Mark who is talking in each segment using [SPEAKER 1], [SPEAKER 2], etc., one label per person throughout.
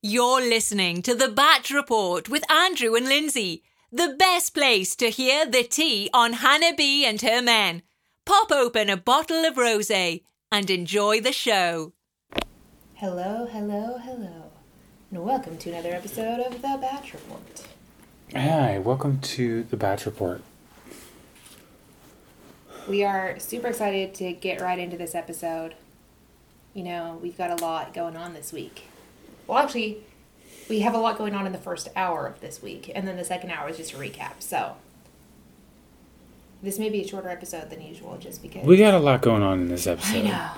[SPEAKER 1] You're listening to The Bat Report with Andrew and Lindsay, the best place to hear the tea on Hannah B and her men. Pop open a bottle of rosé and enjoy the show.
[SPEAKER 2] Hello, hello, hello, and welcome to another episode of The Batch Report.
[SPEAKER 3] Hi, welcome to the Batch Report.
[SPEAKER 2] We are super excited to get right into this episode. You know, we've got a lot going on this week. Well, actually, we have a lot going on in the first hour of this week, and then the second hour is just a recap. So, this may be a shorter episode than usual just because.
[SPEAKER 3] We got a lot going on in this
[SPEAKER 2] I
[SPEAKER 3] episode.
[SPEAKER 2] know.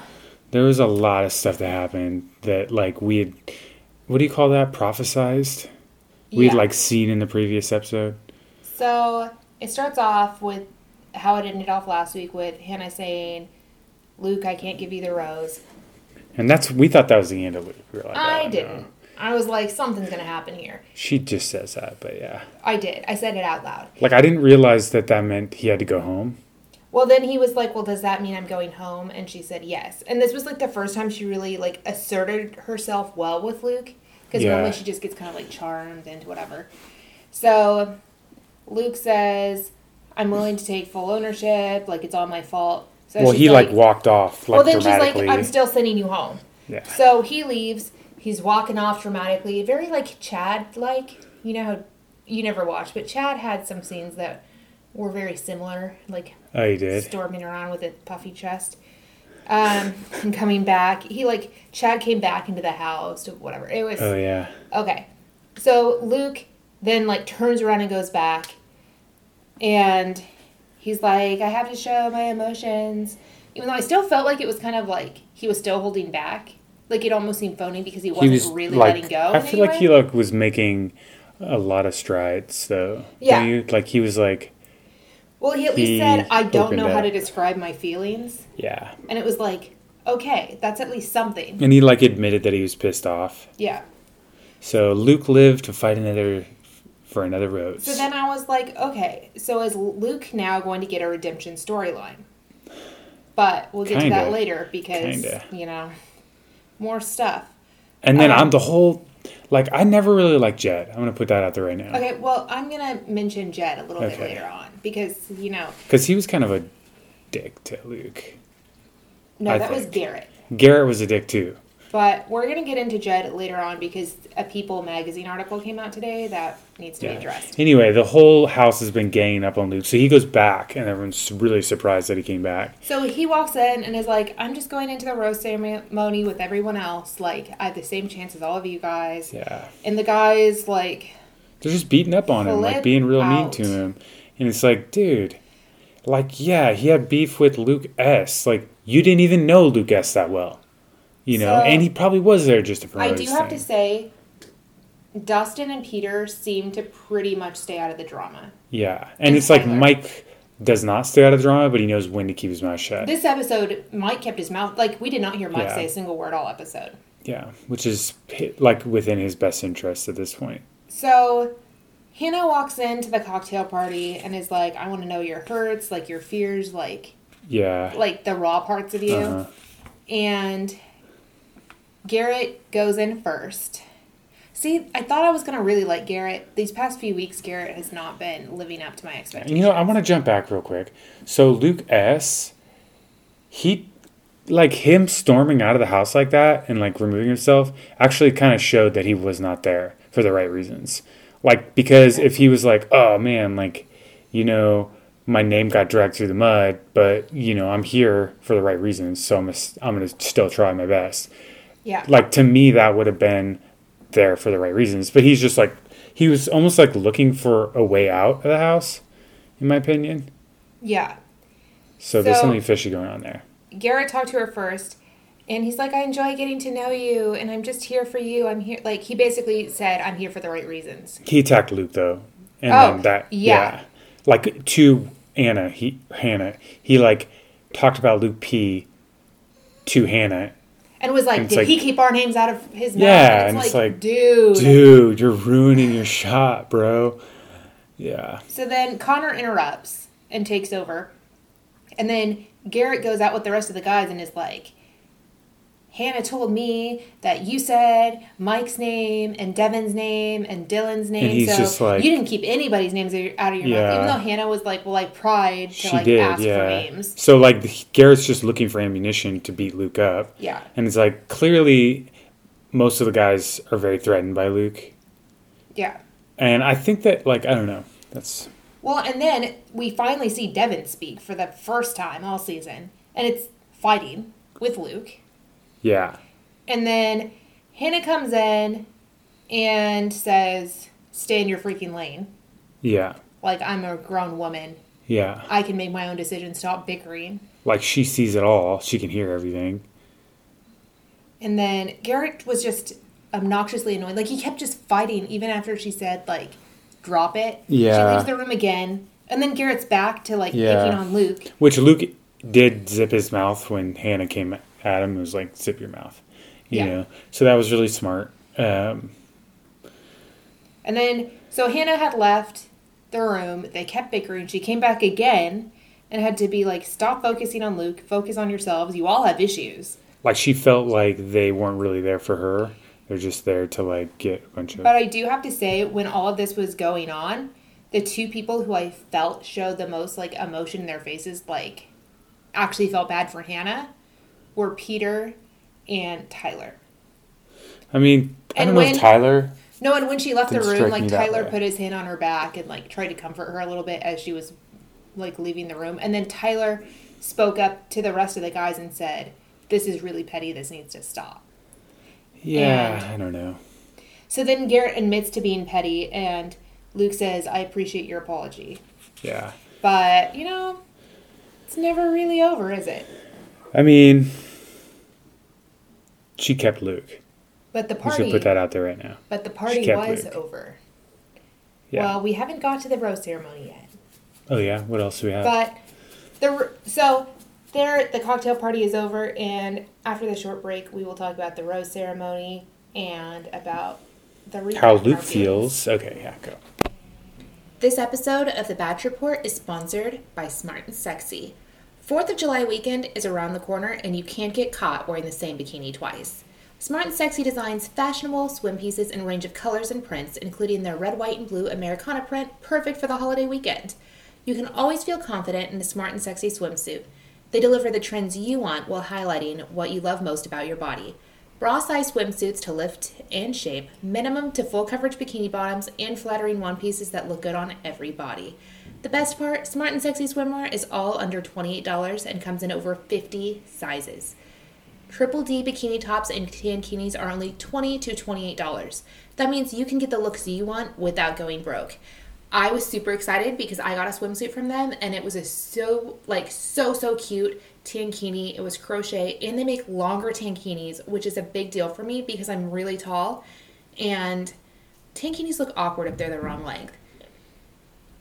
[SPEAKER 3] There was a lot of stuff that happened that, like, we had. What do you call that? Prophesized? We had,
[SPEAKER 2] Yeah.
[SPEAKER 3] like, seen in the previous episode.
[SPEAKER 2] So it starts off with how it ended off last week with Hannah saying, Luke, I can't give you the rose.
[SPEAKER 3] And that's. We thought that was the end of Luke. We were like,
[SPEAKER 2] I
[SPEAKER 3] oh, no.
[SPEAKER 2] didn't. I was like, something's going to happen here.
[SPEAKER 3] She just says that, but yeah.
[SPEAKER 2] I did. I said it out loud.
[SPEAKER 3] Like, I didn't realize that that meant he had to go home.
[SPEAKER 2] Well, then he was like, well, does that mean I'm going home? And she said, yes. And this was like the first time she really like asserted herself well with Luke. Because
[SPEAKER 3] Yeah.
[SPEAKER 2] normally she just gets kind of like charmed and whatever. So Luke says, I'm willing to take full ownership. Like, it's all my fault. So
[SPEAKER 3] well,
[SPEAKER 2] she's
[SPEAKER 3] he, like, walked off, like,
[SPEAKER 2] well, then she's like,
[SPEAKER 3] dramatically.
[SPEAKER 2] I'm still sending you home.
[SPEAKER 3] Yeah.
[SPEAKER 2] So he leaves. He's walking off dramatically, very like Chad like. You know how you never watched, but Chad had some scenes that were very similar, like
[SPEAKER 3] oh, he did?
[SPEAKER 2] storming around with a puffy chest. Um, and coming back, he like Chad came back into the house, whatever. It was
[SPEAKER 3] Oh, yeah.
[SPEAKER 2] Okay. So Luke then like turns around and goes back and he's like, I have to show my emotions. Even though I still felt like it was kind of like he was still holding back. Like it almost seemed phony because he
[SPEAKER 3] He
[SPEAKER 2] wasn't
[SPEAKER 3] was
[SPEAKER 2] really
[SPEAKER 3] like,
[SPEAKER 2] letting go.
[SPEAKER 3] I
[SPEAKER 2] in
[SPEAKER 3] feel
[SPEAKER 2] any
[SPEAKER 3] like
[SPEAKER 2] way.
[SPEAKER 3] he like was making a lot of strides though.
[SPEAKER 2] Yeah.
[SPEAKER 3] Don't you? Like he was like,
[SPEAKER 2] Well he at least
[SPEAKER 3] he
[SPEAKER 2] said, I don't
[SPEAKER 3] opened
[SPEAKER 2] know how
[SPEAKER 3] up.
[SPEAKER 2] to describe my feelings
[SPEAKER 3] yeah.
[SPEAKER 2] and it was like, Okay, that's at least something.
[SPEAKER 3] And he like admitted that he was pissed off.
[SPEAKER 2] Yeah.
[SPEAKER 3] So Luke lived to fight another for another rose.
[SPEAKER 2] So then I was like, okay, so is Luke now going to get a redemption storyline? But we'll get to that
[SPEAKER 3] Kinda.
[SPEAKER 2] later because,
[SPEAKER 3] Kinda.
[SPEAKER 2] you know, more stuff.
[SPEAKER 3] and then
[SPEAKER 2] um,
[SPEAKER 3] I'm the whole like I never really liked Jed. I'm gonna put that out there right now
[SPEAKER 2] Okay, well, I'm going to mention Jed a little bit
[SPEAKER 3] Okay.
[SPEAKER 2] later on because, you know,
[SPEAKER 3] because he was kind of a dick to Luke.
[SPEAKER 2] no,
[SPEAKER 3] I
[SPEAKER 2] that was
[SPEAKER 3] think.
[SPEAKER 2] Garrett.
[SPEAKER 3] Garrett was a dick too.
[SPEAKER 2] But we're going to get into Jed later on because a People magazine article came out today that needs to be addressed.
[SPEAKER 3] Anyway, the whole house has been ganging up on Luke, so he goes back, and everyone's really surprised that he came back.
[SPEAKER 2] So he walks in and is like, I'm just going into the rose ceremony with everyone else. Like, I have the same chance as all of you guys.
[SPEAKER 3] Yeah.
[SPEAKER 2] And the guys, like,
[SPEAKER 3] They're just beating up on him,
[SPEAKER 2] Flip
[SPEAKER 3] like being real mean
[SPEAKER 2] out.
[SPEAKER 3] to him. And it's like, dude, like, yeah, he had beef with Luke S. Like, you didn't even know Luke S that well. You know,
[SPEAKER 2] So-
[SPEAKER 3] and he probably was there just to
[SPEAKER 2] I
[SPEAKER 3] promote.
[SPEAKER 2] do
[SPEAKER 3] his
[SPEAKER 2] have
[SPEAKER 3] thing.
[SPEAKER 2] to say, Dustin and Peter seem to pretty much stay out of the drama.
[SPEAKER 3] Yeah. And, it's
[SPEAKER 2] Tyler.
[SPEAKER 3] like Mike does not stay out of drama, but he knows when to keep his mouth shut.
[SPEAKER 2] This episode, Mike kept his mouth like we did not hear Mike
[SPEAKER 3] Yeah.
[SPEAKER 2] say a single word all episode.
[SPEAKER 3] yeah. Which is like within his best interest at this point.
[SPEAKER 2] So Hannah walks into the cocktail party and is like, "I want to know your hurts, like your fears, like
[SPEAKER 3] Yeah.
[SPEAKER 2] like the raw parts of you."
[SPEAKER 3] Uh-huh.
[SPEAKER 2] And Garrett goes in first. See, I thought I was gonna really like Garrett. These past few weeks, Garrett has not been living up to my expectations.
[SPEAKER 3] You know, I want to jump back real quick. So Luke S, he like him storming out of the house like that and like removing himself actually kind of showed that he was not there for the right reasons. Like because if he was like, "Oh man, like you know, my name got dragged through the mud, but you know, I'm here for the right reasons, so I'm i I'm going to still try my best."
[SPEAKER 2] yeah.
[SPEAKER 3] like to me that would have been there for the right reasons but he's just like he was almost like looking for a way out of the house in my opinion
[SPEAKER 2] yeah.
[SPEAKER 3] so, there's
[SPEAKER 2] So-
[SPEAKER 3] something fishy going on there
[SPEAKER 2] Garrett talked to her first, and he's like, I enjoy getting to know you, and I'm just here for you. I'm here. Like, he basically said, I'm here for the right reasons.
[SPEAKER 3] he attacked luke though and
[SPEAKER 2] Oh,
[SPEAKER 3] then that
[SPEAKER 2] yeah.
[SPEAKER 3] yeah. like to anna he hannah he like talked about luke p to hannah
[SPEAKER 2] And was like,
[SPEAKER 3] It's
[SPEAKER 2] Did
[SPEAKER 3] like-
[SPEAKER 2] he keep our names out of his mouth?
[SPEAKER 3] Yeah, and it's like,
[SPEAKER 2] dude.
[SPEAKER 3] dude you're ruining your shot bro yeah
[SPEAKER 2] So then Connor interrupts and takes over. And then Garrett goes out with the rest of the guys and is like, Hannah told me that you said Mike's name and Devin's name and Dylan's name.
[SPEAKER 3] he's
[SPEAKER 2] so
[SPEAKER 3] just like-
[SPEAKER 2] you didn't keep anybody's names out of your
[SPEAKER 3] Yeah.
[SPEAKER 2] mouth, even though Hannah was like, "Well, I pried to
[SPEAKER 3] She
[SPEAKER 2] like
[SPEAKER 3] did,
[SPEAKER 2] ask
[SPEAKER 3] yeah.
[SPEAKER 2] for names."
[SPEAKER 3] So like the- Garrett's just looking for ammunition to beat Luke up.
[SPEAKER 2] Yeah.
[SPEAKER 3] And it's like clearly most of the guys are very threatened by Luke.
[SPEAKER 2] Yeah.
[SPEAKER 3] And I think that like I don't know. That's
[SPEAKER 2] Well, and then we finally see Devin speak for the first time all season, and it's fighting with Luke.
[SPEAKER 3] yeah.
[SPEAKER 2] And then Hannah comes in and says, "Stay in your freaking lane."
[SPEAKER 3] Yeah.
[SPEAKER 2] Like I'm a grown woman.
[SPEAKER 3] Yeah.
[SPEAKER 2] I can make my own decisions. Stop bickering.
[SPEAKER 3] Like she sees it all. She can hear everything.
[SPEAKER 2] And then Garrett was just obnoxiously annoyed. Like he kept just fighting even after she said like drop it.
[SPEAKER 3] Yeah.
[SPEAKER 2] She leaves the room again. And then Garrett's back to like
[SPEAKER 3] Yeah.
[SPEAKER 2] picking on Luke.
[SPEAKER 3] Which Luke did zip his mouth when Hannah came at him and was like, zip your mouth. You
[SPEAKER 2] Yeah.
[SPEAKER 3] know. So that was really smart. Um
[SPEAKER 2] And then so Hannah had left the room. They kept bickering. She came back again and had to be like stop focusing on Luke, focus on yourselves. You all have issues.
[SPEAKER 3] like she felt like they weren't really there for her. They're just there to like get a bunch of
[SPEAKER 2] But I do have to say, when all of this was going on, the two people who I felt showed the most like emotion in their faces, like actually felt bad for Hannah, were Peter and Tyler.
[SPEAKER 3] I mean, I
[SPEAKER 2] And
[SPEAKER 3] don't know
[SPEAKER 2] when-
[SPEAKER 3] if Tyler
[SPEAKER 2] No, and when she left the
[SPEAKER 3] Didn't
[SPEAKER 2] room,
[SPEAKER 3] strike
[SPEAKER 2] like
[SPEAKER 3] me that
[SPEAKER 2] Tyler
[SPEAKER 3] way.
[SPEAKER 2] put his hand on her back and like tried to comfort her a little bit as she was like leaving the room. And then Tyler spoke up to the rest of the guys and said, This is really petty. This needs to stop.
[SPEAKER 3] Yeah, I don't know.
[SPEAKER 2] So then Garrett admits to being petty, and Luke says, I appreciate your apology.
[SPEAKER 3] Yeah.
[SPEAKER 2] But, you know, it's never really over, is it?
[SPEAKER 3] I mean she kept Luke.
[SPEAKER 2] But the
[SPEAKER 3] We should
[SPEAKER 2] party
[SPEAKER 3] put that out there right now.
[SPEAKER 2] but the party
[SPEAKER 3] kept
[SPEAKER 2] was
[SPEAKER 3] Luke.
[SPEAKER 2] over.
[SPEAKER 3] Yeah.
[SPEAKER 2] Well, we haven't got to the rose ceremony yet.
[SPEAKER 3] oh yeah, what else do we have?
[SPEAKER 2] But the so there the cocktail party is over and after the short break we will talk about the rose ceremony and about the recap
[SPEAKER 3] how
[SPEAKER 2] of our
[SPEAKER 3] Luke feels. Okay, yeah, go.
[SPEAKER 2] This episode of The Badge Report is sponsored by Smart and Sexy. Fourth of July weekend is around the corner, and you can't get caught wearing the same bikini twice. Smart and Sexy designs fashionable swim pieces in a range of colors and prints, including their red, white, and blue Americana print, perfect for the holiday weekend. You can always feel confident in a Smart and Sexy swimsuit. They deliver the trends you want while highlighting what you love most about your body. Bra size swimsuits to lift and shape, minimum to full coverage bikini bottoms, and flattering one pieces that look good on every body. The best part Smart and Sexy Swimwear is all under $28 and comes in over 50 sizes. Triple D bikini tops and tankinis are only $20 to $28. That means you can get the looks you want without going broke. I was super excited because I got a swimsuit from them and it was a so like so so cute tankini. It was crochet and they make longer tankinis, which is a big deal for me because I'm really tall and tankinis look awkward if they're the wrong length.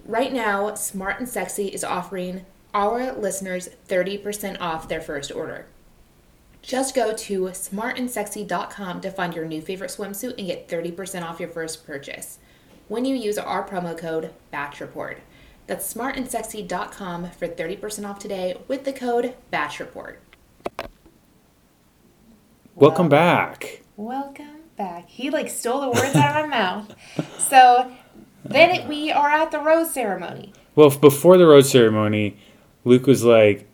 [SPEAKER 2] Right now, Smart and Sexy is offering our listeners 30% off their first order. Just go to smartandsexy.com to find your new favorite swimsuit and get 30% off your first purchase when you use our promo code Batch Report. That's smartandsexy.com for 30% off today with the code Batch Report.
[SPEAKER 3] Welcome back.
[SPEAKER 2] Welcome back. He like stole the words out of my mouth. So then it, we are at the rose ceremony.
[SPEAKER 3] Well, f- before the road ceremony, Luke was like,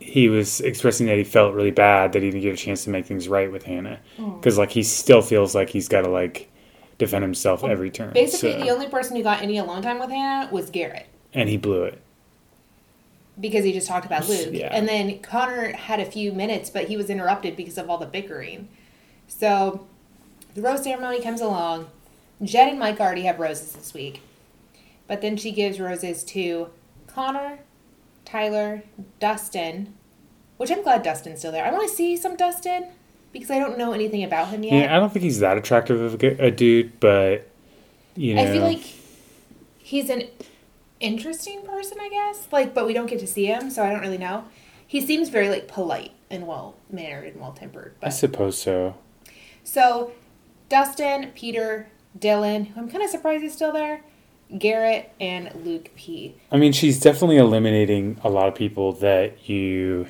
[SPEAKER 3] he was expressing that he felt really bad that he didn't get a chance to make things right with Hannah
[SPEAKER 2] Hmm.
[SPEAKER 3] because like he still feels like he's got to like defend himself every turn.
[SPEAKER 2] Basically,
[SPEAKER 3] so-
[SPEAKER 2] the only person who got any alone time with Hannah was Garrett.
[SPEAKER 3] and he blew it.
[SPEAKER 2] because he just talked about Luke.
[SPEAKER 3] Yeah.
[SPEAKER 2] And then Connor had a few minutes, but he was interrupted because of all the bickering. So the rose ceremony comes along. Jed and Mike already have roses this week. But then she gives roses to Connor, Tyler, Dustin, which I'm glad Dustin's still there. I want to see some Dustin because I don't know anything about him yet.
[SPEAKER 3] Yeah, I don't think he's that attractive of a, gu- a dude, but you know,
[SPEAKER 2] I feel like he's an interesting person, I guess. Like, but we don't get to see him, so I don't really know. He seems very like polite and well mannered and well tempered.
[SPEAKER 3] I
[SPEAKER 2] But
[SPEAKER 3] suppose so.
[SPEAKER 2] so, Dustin, Peter, Dylan, who I'm kind of surprised is still there, Garrett, and Luke P.
[SPEAKER 3] I mean, she's definitely eliminating a lot of people that you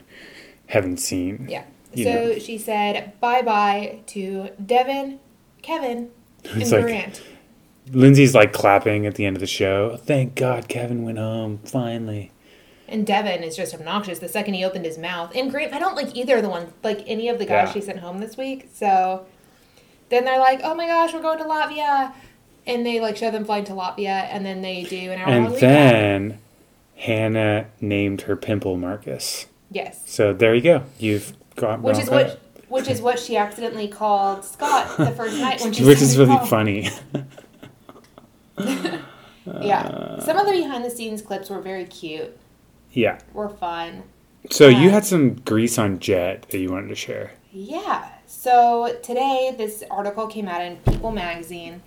[SPEAKER 3] haven't seen.
[SPEAKER 2] Yeah.
[SPEAKER 3] you
[SPEAKER 2] so
[SPEAKER 3] know.
[SPEAKER 2] she said bye bye to Devin, Kevin, and
[SPEAKER 3] like-
[SPEAKER 2] Grant.
[SPEAKER 3] Lindsay's like clapping at the end of the show. Thank God Kevin went home finally.
[SPEAKER 2] And Devin is just obnoxious the second he opened his mouth. And Grant, I don't like either of the ones, like any of the guys
[SPEAKER 3] Yeah.
[SPEAKER 2] she sent home this week. So then they're like, oh my gosh, we're going to Latvia. And they like show them flying to Latvia, and then they do an hour long
[SPEAKER 3] And
[SPEAKER 2] recap.
[SPEAKER 3] then Hannah named her pimple Marcus.
[SPEAKER 2] yes,
[SPEAKER 3] So there you go. You've got
[SPEAKER 2] which
[SPEAKER 3] well,
[SPEAKER 2] is
[SPEAKER 3] got
[SPEAKER 2] what
[SPEAKER 3] it.
[SPEAKER 2] which is what she accidentally called Scott the first night when she
[SPEAKER 3] which
[SPEAKER 2] sent
[SPEAKER 3] is
[SPEAKER 2] him
[SPEAKER 3] really
[SPEAKER 2] home.
[SPEAKER 3] funny.
[SPEAKER 2] Yeah, some of the behind the scenes clips were very cute,
[SPEAKER 3] yeah.
[SPEAKER 2] were fun.
[SPEAKER 3] So you
[SPEAKER 2] Yeah.
[SPEAKER 3] had some grease on Jet that you wanted to share.
[SPEAKER 2] Yeah. So today, this article came out in People magazine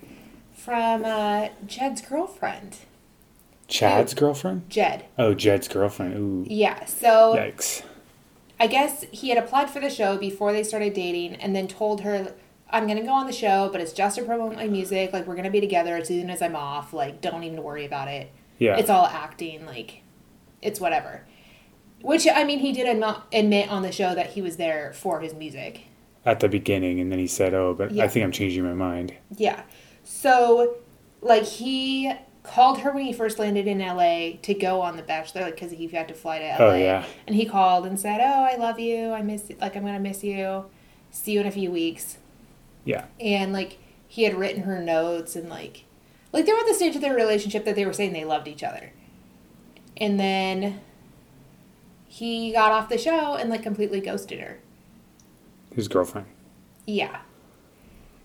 [SPEAKER 2] from uh, Jed's girlfriend,
[SPEAKER 3] Chad's girlfriend?
[SPEAKER 2] Jed.
[SPEAKER 3] Oh, Jed's girlfriend. Ooh.
[SPEAKER 2] Yeah. So
[SPEAKER 3] Yikes.
[SPEAKER 2] I guess he had applied for the show before they started dating, and then told her, "I'm gonna go on the show, but it's just to promote my music. Like we're gonna be together as soon as I'm off. Like don't even worry about it.
[SPEAKER 3] Yeah.
[SPEAKER 2] It's all acting. Like it's whatever." Which I mean, he did admo- admit on the show that he was there for his music.
[SPEAKER 3] At the beginning, and then he said, "Oh, but
[SPEAKER 2] Yeah.
[SPEAKER 3] I think I'm changing my mind."
[SPEAKER 2] Yeah. So, like, he called her when he first landed in LA to go on The Bachelor, like, because he had to fly to LA.
[SPEAKER 3] Oh, yeah.
[SPEAKER 2] And he called and said, Oh, I love you. I miss, like, I'm going to miss you. See you in a few weeks.
[SPEAKER 3] Yeah.
[SPEAKER 2] And, like, he had written her notes and, like, like they were at the stage of their relationship that they were saying they loved each other. And then he got off the show and, like, completely ghosted her.
[SPEAKER 3] His girlfriend.
[SPEAKER 2] Yeah.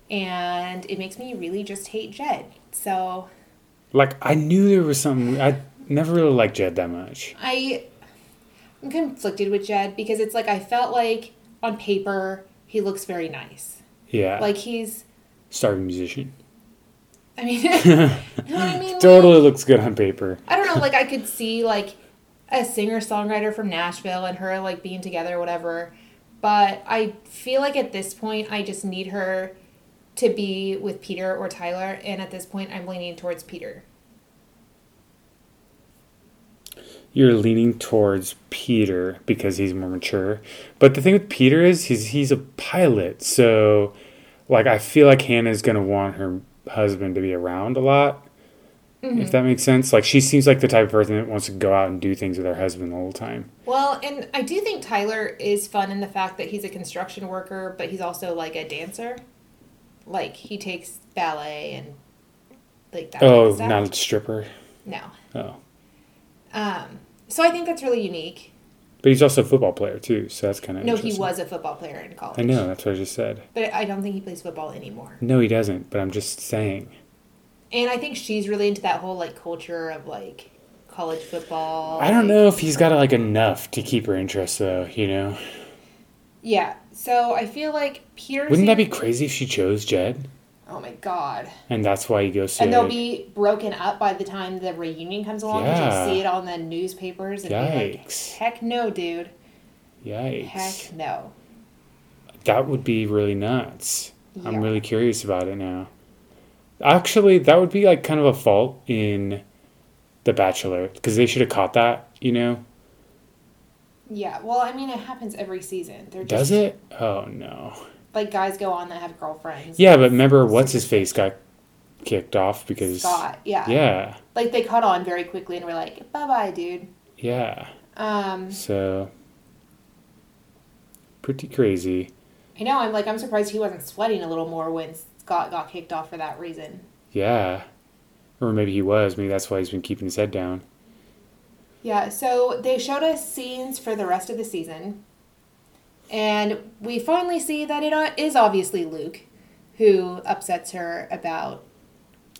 [SPEAKER 2] And it makes me really just hate Jed. So
[SPEAKER 3] Like I knew there was something. I never really liked Jed that much.
[SPEAKER 2] I I'm conflicted with Jed because it's like I felt like on paper he looks very nice.
[SPEAKER 3] Yeah.
[SPEAKER 2] Like he's
[SPEAKER 3] starving musician.
[SPEAKER 2] I mean you know what I mean? Like,
[SPEAKER 3] Totally looks good on paper.
[SPEAKER 2] I don't know, like I could see like a singer songwriter from Nashville and her like being together or whatever. But I feel like at this point I just need her to be with Peter or Tyler and at this point I'm leaning towards Peter.
[SPEAKER 3] You're leaning towards Peter because he's more mature. But the thing with Peter is he's he's a pilot, so like I feel like Hannah's gonna want her husband to be around a lot.
[SPEAKER 2] Mm-hmm.
[SPEAKER 3] If that makes sense. Like she seems like the type of person that wants to go out and do things with her husband the whole time.
[SPEAKER 2] Well, and I do think Tyler is fun in the fact that he's a construction worker, but he's also like a dancer. Like he takes ballet and like that.
[SPEAKER 3] Oh,
[SPEAKER 2] stuff.
[SPEAKER 3] not a stripper.
[SPEAKER 2] no.
[SPEAKER 3] Oh.
[SPEAKER 2] Um, so I think that's really unique.
[SPEAKER 3] But he's also a football player too, so that's kinda
[SPEAKER 2] No, he
[SPEAKER 3] interesting.
[SPEAKER 2] was a football player in college.
[SPEAKER 3] I know, that's what I just said.
[SPEAKER 2] but I don't think he plays football anymore.
[SPEAKER 3] No, he doesn't, but I'm just saying.
[SPEAKER 2] And I think she's really into that whole like culture of like college football.
[SPEAKER 3] I don't
[SPEAKER 2] like-
[SPEAKER 3] know if he's got like enough to keep her interest though, you know.
[SPEAKER 2] Yeah, so I feel like Peter.
[SPEAKER 3] Wouldn't that be crazy if she chose Jed?
[SPEAKER 2] Oh my god.
[SPEAKER 3] And that's why he goes so
[SPEAKER 2] And they'll be broken up by the time the reunion comes along. Yeah.
[SPEAKER 3] Yeah.
[SPEAKER 2] You'll see it on the newspapers and be like,
[SPEAKER 3] Yikes.
[SPEAKER 2] heck no, dude.
[SPEAKER 3] Yikes.
[SPEAKER 2] Heck no.
[SPEAKER 3] That would be really nuts.
[SPEAKER 2] Yeah.
[SPEAKER 3] I'm really curious about it now. Actually, that would be like kind of a fault in The Bachelor because they should have caught that, you know?
[SPEAKER 2] Yeah, well, I mean, it happens every season. They're just,
[SPEAKER 3] Does it? Oh no.
[SPEAKER 2] Like, guys go on that have girlfriends.
[SPEAKER 3] Yeah, but remember what's his face got kicked off because
[SPEAKER 2] Scott, yeah.
[SPEAKER 3] Yeah.
[SPEAKER 2] Like, they caught on very quickly and were like, bye bye, dude.
[SPEAKER 3] Yeah.
[SPEAKER 2] Um,
[SPEAKER 3] So pretty crazy.
[SPEAKER 2] I know, I'm like, I'm surprised he wasn't sweating a little more when Scott got kicked off for that reason.
[SPEAKER 3] Yeah. Or maybe he was. Maybe that's why he's been keeping his head down.
[SPEAKER 2] Yeah, so they showed us scenes for the rest of the season. And we finally see that it o- is obviously Luke who upsets her about.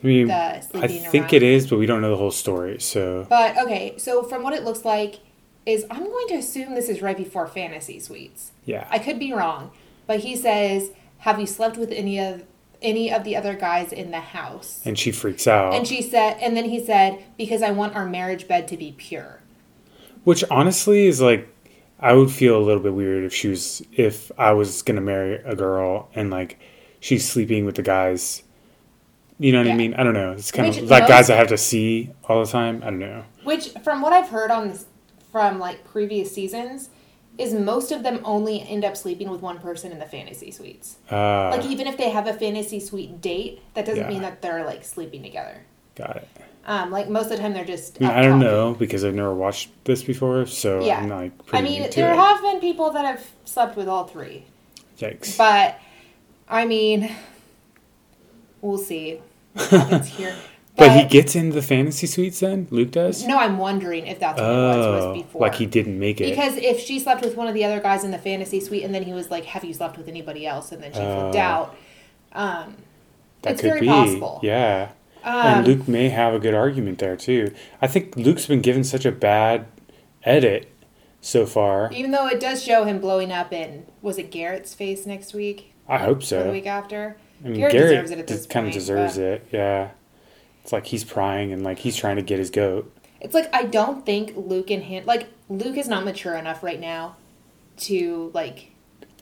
[SPEAKER 3] I mean,
[SPEAKER 2] The
[SPEAKER 3] I
[SPEAKER 2] sleeping
[SPEAKER 3] think
[SPEAKER 2] around.
[SPEAKER 3] it is, but we don't know the whole story. So,
[SPEAKER 2] But okay, so from what it looks like, is I'm going to assume this is right before Fantasy Suites.
[SPEAKER 3] yeah.
[SPEAKER 2] I could be wrong, but he says, "Have you slept with any of any of the other guys in the house?"
[SPEAKER 3] and she freaks out.
[SPEAKER 2] And she said, and then he said, "Because I want our marriage bed to be pure."
[SPEAKER 3] which honestly is like, I would feel a little bit weird if she was, if I was going to marry a girl and like she's sleeping with the guys. You know what
[SPEAKER 2] Yeah.
[SPEAKER 3] I mean? I don't know. It's kind
[SPEAKER 2] Which
[SPEAKER 3] of like
[SPEAKER 2] most-
[SPEAKER 3] guys I have to see all the time. I don't know.
[SPEAKER 2] Which, from what I've heard on from like previous seasons, is most of them only end up sleeping with one person in the fantasy suites.
[SPEAKER 3] Uh,
[SPEAKER 2] Like even if they have a fantasy suite date, that doesn't
[SPEAKER 3] Yeah.
[SPEAKER 2] mean that they're like sleeping together.
[SPEAKER 3] got it.
[SPEAKER 2] Um, like most of the time they're just.
[SPEAKER 3] I, mean,
[SPEAKER 2] up
[SPEAKER 3] I don't
[SPEAKER 2] talking.
[SPEAKER 3] know because I've never watched this before, so
[SPEAKER 2] Yeah,
[SPEAKER 3] I'm like
[SPEAKER 2] I
[SPEAKER 3] pretty new
[SPEAKER 2] mean,
[SPEAKER 3] to
[SPEAKER 2] there
[SPEAKER 3] it.
[SPEAKER 2] have been people that have slept with all three,
[SPEAKER 3] Yikes!
[SPEAKER 2] but I mean, we'll see what happens here.
[SPEAKER 3] but he gets into the fantasy suites then. Luke does.
[SPEAKER 2] No, I'm wondering if that's what it was,
[SPEAKER 3] oh,
[SPEAKER 2] was before.
[SPEAKER 3] like he didn't make it.
[SPEAKER 2] Because if she slept with one of the other guys in the fantasy suite, and then he was like, "Have you slept with anybody else?" and then she flipped
[SPEAKER 3] Oh.
[SPEAKER 2] out, um,
[SPEAKER 3] that
[SPEAKER 2] it's
[SPEAKER 3] could
[SPEAKER 2] very
[SPEAKER 3] be.
[SPEAKER 2] possible. Um,
[SPEAKER 3] Yeah. and Luke may have a good argument there too. I think Luke's been given such a bad edit so far.
[SPEAKER 2] even though it does show him blowing up in was it Garrett's face next week
[SPEAKER 3] I hope
[SPEAKER 2] or the
[SPEAKER 3] so.
[SPEAKER 2] week after?
[SPEAKER 3] I mean, Garrett, kind of
[SPEAKER 2] point,
[SPEAKER 3] deserves
[SPEAKER 2] but
[SPEAKER 3] it. Yeah. It's like he's prying and like he's trying to get his goat.
[SPEAKER 2] It's like I don't think Luke and him like Luke is not mature enough right now to like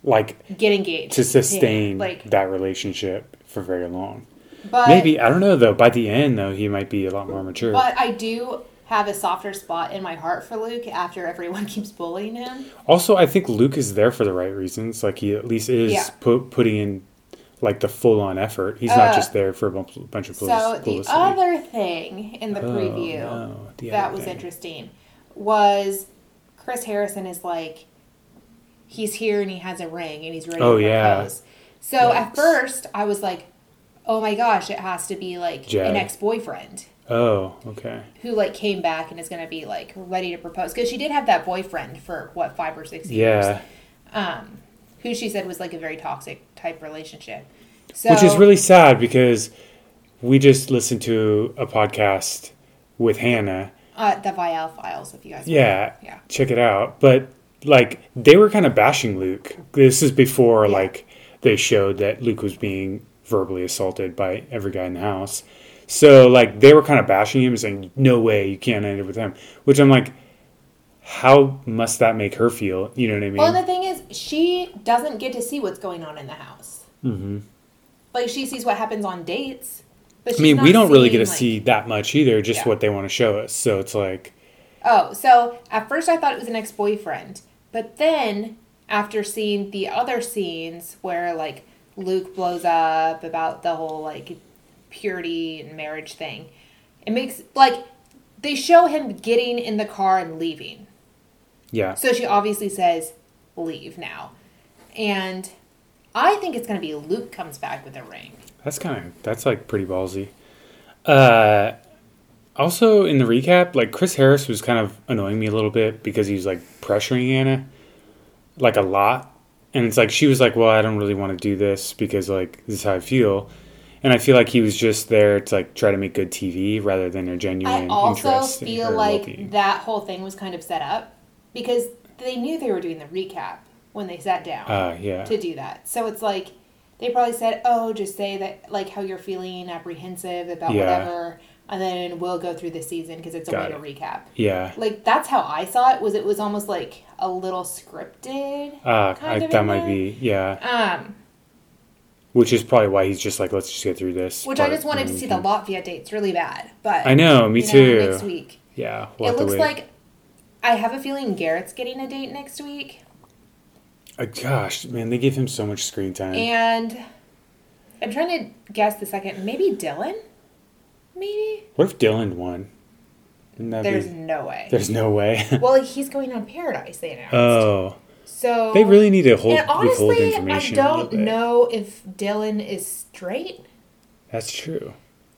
[SPEAKER 3] Like
[SPEAKER 2] get engaged
[SPEAKER 3] to sustain
[SPEAKER 2] Yeah, like,
[SPEAKER 3] that relationship for very long.
[SPEAKER 2] but
[SPEAKER 3] Maybe I don't know though. By the end though, he might be a lot more mature.
[SPEAKER 2] But I do have a softer spot in my heart for Luke after everyone keeps bullying him.
[SPEAKER 3] Also, I think Luke is there for the right reasons. Like he at least is
[SPEAKER 2] Yeah.
[SPEAKER 3] pu- putting in like the full on effort. He's not
[SPEAKER 2] Uh,
[SPEAKER 3] just there for a bump- bunch of
[SPEAKER 2] So
[SPEAKER 3] publicity.
[SPEAKER 2] the other thing in the
[SPEAKER 3] Oh,
[SPEAKER 2] preview
[SPEAKER 3] no, the
[SPEAKER 2] that
[SPEAKER 3] other
[SPEAKER 2] was
[SPEAKER 3] thing.
[SPEAKER 2] interesting was Chris Harrison is like he's here and he has a ring and he's ready
[SPEAKER 3] Oh,
[SPEAKER 2] to
[SPEAKER 3] yeah.
[SPEAKER 2] propose. So at
[SPEAKER 3] Yikes.
[SPEAKER 2] first I was like, oh my gosh, it has to be like
[SPEAKER 3] Jed.
[SPEAKER 2] an ex boyfriend
[SPEAKER 3] Oh, okay.
[SPEAKER 2] who like came back and is going to be like ready to propose because she did have that boyfriend for what five or six years.
[SPEAKER 3] Yeah.
[SPEAKER 2] um, who she said was like a very toxic type relationship. So,
[SPEAKER 3] Which is really sad because we just listened to a podcast with Hannah.
[SPEAKER 2] uh, the Vial Files, if you guys.
[SPEAKER 3] Yeah.
[SPEAKER 2] Yeah.
[SPEAKER 3] Check it out. But like they were kind of bashing Luke. This is before
[SPEAKER 2] Yeah.
[SPEAKER 3] like they showed that Luke was being verbally assaulted by every guy in the house. So like they were kind of bashing him and saying, No way, you can't end it with him which I'm like, how must that make her feel? You know what I mean?
[SPEAKER 2] Well, and the thing is, she doesn't get to see what's going on in the house. Mm-hmm. Like she sees what happens on dates. But she's
[SPEAKER 3] I mean,
[SPEAKER 2] not
[SPEAKER 3] we don't really get
[SPEAKER 2] seeing,
[SPEAKER 3] to
[SPEAKER 2] like-
[SPEAKER 3] see that much either, just
[SPEAKER 2] Yeah.
[SPEAKER 3] what they want to show us. So it's like,
[SPEAKER 2] Oh, so at first I thought it was an ex-boyfriend, but then after seeing the other scenes where like Luke blows up about the whole like purity and marriage thing, it makes like they show him getting in the car and leaving.
[SPEAKER 3] yeah.
[SPEAKER 2] So she obviously says, "Leave now," and I think it's gonna be Luke comes back with a ring.
[SPEAKER 3] That's kind of that's like pretty ballsy. Uh, also in the recap, like Chris Harris was kind of annoying me a little bit because he was like pressuring Anna like a lot, and it's like she was like, "Well, I don't really want to do this because like this is how I feel," and I feel like he was just there to like try to make good TV rather than a
[SPEAKER 2] I
[SPEAKER 3] genuine
[SPEAKER 2] also
[SPEAKER 3] interest in
[SPEAKER 2] feel
[SPEAKER 3] her
[SPEAKER 2] like
[SPEAKER 3] well-being.
[SPEAKER 2] that whole thing was kind of set up because they knew they were doing the recap when they sat down
[SPEAKER 3] Uh, yeah,
[SPEAKER 2] to do that. So it's like they probably said, "Oh, just say that like how you're feeling apprehensive about
[SPEAKER 3] Yeah.
[SPEAKER 2] whatever." And then we'll go through the season because it's a
[SPEAKER 3] Got
[SPEAKER 2] way to recap.
[SPEAKER 3] yeah.
[SPEAKER 2] Like that's how I saw it. Was it was almost like a little scripted.
[SPEAKER 3] Uh,
[SPEAKER 2] kind
[SPEAKER 3] I,
[SPEAKER 2] of
[SPEAKER 3] that
[SPEAKER 2] in
[SPEAKER 3] might
[SPEAKER 2] there.
[SPEAKER 3] be yeah,
[SPEAKER 2] Um,
[SPEAKER 3] which is probably why he's just like, "Let's just get through this."
[SPEAKER 2] which I
[SPEAKER 3] part
[SPEAKER 2] just wanted
[SPEAKER 3] and
[SPEAKER 2] to
[SPEAKER 3] we
[SPEAKER 2] see the
[SPEAKER 3] can-"
[SPEAKER 2] Latvia dates really bad, but
[SPEAKER 3] mm, I know, me
[SPEAKER 2] you
[SPEAKER 3] too.
[SPEAKER 2] next week.
[SPEAKER 3] Yeah, we'll have
[SPEAKER 2] it
[SPEAKER 3] to
[SPEAKER 2] looks
[SPEAKER 3] wait.
[SPEAKER 2] like I have a feeling Garrett's getting a date next week,
[SPEAKER 3] Uh, gosh, man, they give him so much screen time.
[SPEAKER 2] and I'm trying to guess the second. Maybe Dylan. Maybe
[SPEAKER 3] what if Dylan won? Wouldn't that
[SPEAKER 2] there's
[SPEAKER 3] be,
[SPEAKER 2] no way.
[SPEAKER 3] there's no way.
[SPEAKER 2] Well, he's going on Paradise. They announced.
[SPEAKER 3] oh,
[SPEAKER 2] so
[SPEAKER 3] they really need to hold
[SPEAKER 2] And
[SPEAKER 3] withhold
[SPEAKER 2] honestly, I
[SPEAKER 3] information. a little
[SPEAKER 2] don't
[SPEAKER 3] bit.
[SPEAKER 2] know if Dylan is straight.
[SPEAKER 3] That's true.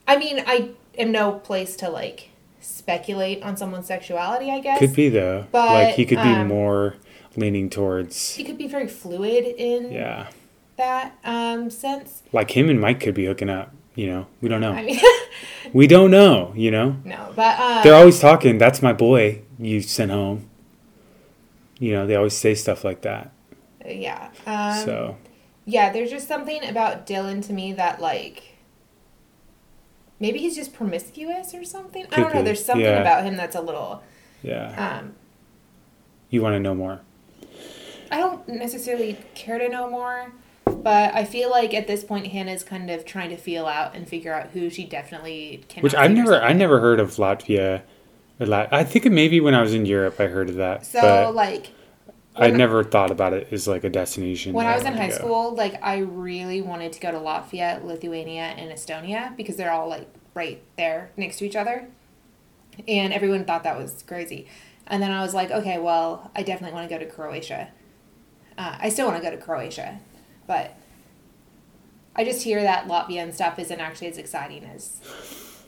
[SPEAKER 2] I mean, I am no place to like speculate on someone's sexuality. I guess
[SPEAKER 3] Could be though.
[SPEAKER 2] But,
[SPEAKER 3] like he could be
[SPEAKER 2] um,
[SPEAKER 3] more leaning towards.
[SPEAKER 2] he could be very fluid in
[SPEAKER 3] Yeah,
[SPEAKER 2] that um, sense.
[SPEAKER 3] like him and Mike could be hooking up. You know, we don't know.
[SPEAKER 2] I mean,
[SPEAKER 3] we don't know. You know,
[SPEAKER 2] no, but um,
[SPEAKER 3] they're always talking. That's my boy. You sent home. You know, they always say stuff like that.
[SPEAKER 2] yeah. Um,
[SPEAKER 3] so
[SPEAKER 2] Yeah, there's just something about Dylan to me that like maybe he's just promiscuous or something. I
[SPEAKER 3] Could
[SPEAKER 2] don't know.
[SPEAKER 3] be,
[SPEAKER 2] There's something
[SPEAKER 3] yeah.
[SPEAKER 2] about him that's a little.
[SPEAKER 3] yeah,
[SPEAKER 2] Um,
[SPEAKER 3] you want to know more.
[SPEAKER 2] I don't necessarily care to know more, but I feel like at this point Hannah's kind of trying to feel out and figure out who she definitely can.
[SPEAKER 3] Which I've never, I never heard of Latvia. or Lat- I think maybe when I was in Europe, I heard of that.
[SPEAKER 2] So
[SPEAKER 3] but
[SPEAKER 2] like
[SPEAKER 3] I never thought about it as like a destination.
[SPEAKER 2] When
[SPEAKER 3] that
[SPEAKER 2] I was in
[SPEAKER 3] wanted
[SPEAKER 2] high
[SPEAKER 3] to go.
[SPEAKER 2] school, like I really wanted to go to Latvia, Lithuania, and Estonia because they're all like right there next to each other. And everyone thought that was crazy. And then I was like, okay, well, I definitely want to go to Croatia. Uh, I still want to go to Croatia, but I just hear that Latvia and stuff isn't actually as exciting as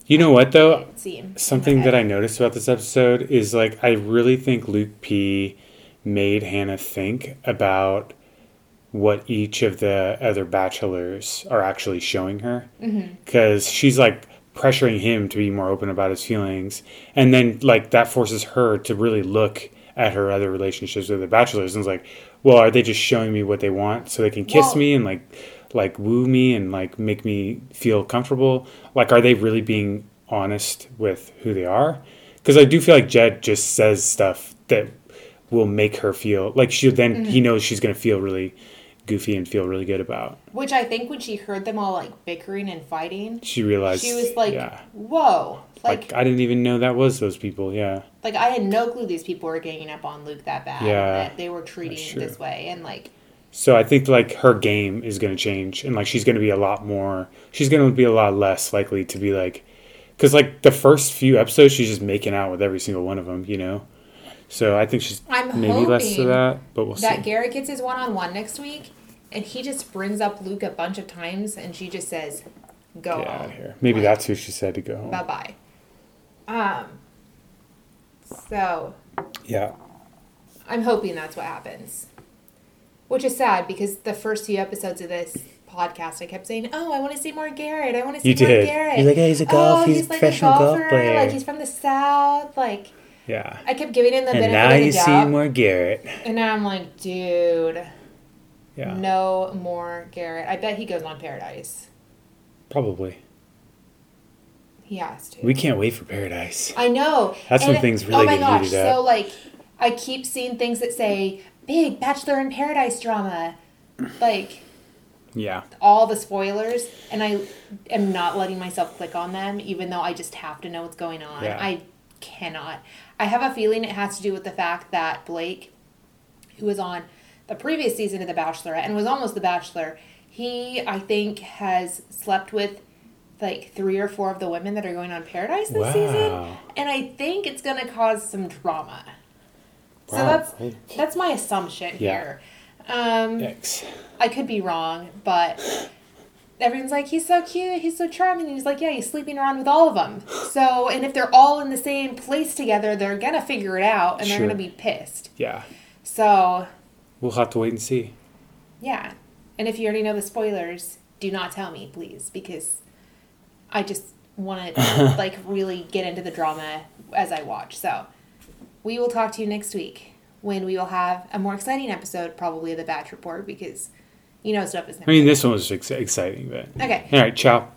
[SPEAKER 3] You know what though?
[SPEAKER 2] it seems.
[SPEAKER 3] Something that I noticed about this episode is like I really think Luke P made Hannah think about what each of the other bachelors are actually showing her
[SPEAKER 2] Mm-hmm.
[SPEAKER 3] because she's like pressuring him to be more open about his feelings and then like that forces her to really look at her other relationships with the bachelors and it's like well are they just showing me what they want so they can kiss
[SPEAKER 2] Well-
[SPEAKER 3] me and like like woo me and like make me feel comfortable like are they really being honest with who they are because i do feel like jed just says stuff that will make her feel like she then
[SPEAKER 2] Mm.
[SPEAKER 3] he knows she's going to feel really goofy and feel really good about
[SPEAKER 2] Which I think when she heard them all like bickering and fighting,
[SPEAKER 3] she realized
[SPEAKER 2] she was like,
[SPEAKER 3] yeah
[SPEAKER 2] whoa.
[SPEAKER 3] like,
[SPEAKER 2] Like,
[SPEAKER 3] i didn't even know that was those people yeah
[SPEAKER 2] like I had no clue these people were ganging up on Luke that bad.
[SPEAKER 3] Yeah,
[SPEAKER 2] that they were treating
[SPEAKER 3] that's
[SPEAKER 2] him
[SPEAKER 3] true.
[SPEAKER 2] this way, and like
[SPEAKER 3] so i think like her game is going to change and like she's going to be a lot more she's going to be a lot less likely to be like because like the first few episodes she's just making out with every single one of them you know so i think she's
[SPEAKER 2] I'm
[SPEAKER 3] maybe less to
[SPEAKER 2] hoping
[SPEAKER 3] that but we'll
[SPEAKER 2] that
[SPEAKER 3] see
[SPEAKER 2] Garrett gets his one on one next week, and he just brings up Luke a bunch of times, and she just says, "Go
[SPEAKER 3] get out
[SPEAKER 2] on,
[SPEAKER 3] of here maybe that's who she said to go home
[SPEAKER 2] bye bye." Um. So
[SPEAKER 3] yeah
[SPEAKER 2] I'm hoping that's what happens. Which is sad because the first few episodes of this podcast, I kept saying, "Oh, I want to see more Garrett. I want to see
[SPEAKER 3] You
[SPEAKER 2] more
[SPEAKER 3] did.
[SPEAKER 2] Garrett." Oh,
[SPEAKER 4] He's like, "Yeah, he's a golf- he's a professional golf player."
[SPEAKER 2] Like he's from the south. Like
[SPEAKER 3] yeah
[SPEAKER 2] I kept giving him the
[SPEAKER 4] And
[SPEAKER 2] benefit
[SPEAKER 4] now
[SPEAKER 2] of the
[SPEAKER 4] you see
[SPEAKER 2] doubt,
[SPEAKER 4] more Garrett.
[SPEAKER 2] and now I'm like, dude,
[SPEAKER 3] yeah
[SPEAKER 2] no more Garrett. I bet he goes on Paradise.
[SPEAKER 3] probably
[SPEAKER 2] He has to.
[SPEAKER 3] we can't wait for paradise
[SPEAKER 2] I know.
[SPEAKER 3] That's when
[SPEAKER 2] it-
[SPEAKER 3] things really
[SPEAKER 2] Oh my
[SPEAKER 3] get
[SPEAKER 2] gosh!
[SPEAKER 3] heated up.
[SPEAKER 2] So like, I keep seeing things that say "Big Bachelor in Paradise" drama, like.
[SPEAKER 3] yeah
[SPEAKER 2] all the spoilers and I am not letting myself click on them even though I just have to know what's going on.
[SPEAKER 3] Yeah.
[SPEAKER 2] I cannot. I have a feeling it has to do with the fact that Blake who was on the previous season of The Bachelorette and was almost The Bachelor, he I think has slept with like three or four of the women that are going on Paradise this
[SPEAKER 3] Wow.
[SPEAKER 2] season, and I think it's going to cause some drama. So
[SPEAKER 3] Wow.
[SPEAKER 2] that's that's my assumption
[SPEAKER 3] Yeah.
[SPEAKER 2] here. Um,
[SPEAKER 3] Yikes.
[SPEAKER 2] I could be wrong, but everyone's like, he's so cute, he's so charming. And he's like, yeah, he's sleeping around with all of them. So, and if they're all in the same place together, they're going to figure it out and they're
[SPEAKER 3] Sure.
[SPEAKER 2] going to be pissed.
[SPEAKER 3] yeah
[SPEAKER 2] So,
[SPEAKER 3] we'll have to wait and see
[SPEAKER 2] yeah. And if you already know the spoilers, do not tell me, please, because I just want to like really get into the drama as I watch. So, we will talk to you next week when we will have a more exciting episode, probably of the Batch Report, because you know stuff is never
[SPEAKER 3] I mean, this one was ex- exciting, but.
[SPEAKER 2] Okay.
[SPEAKER 3] All right, ciao.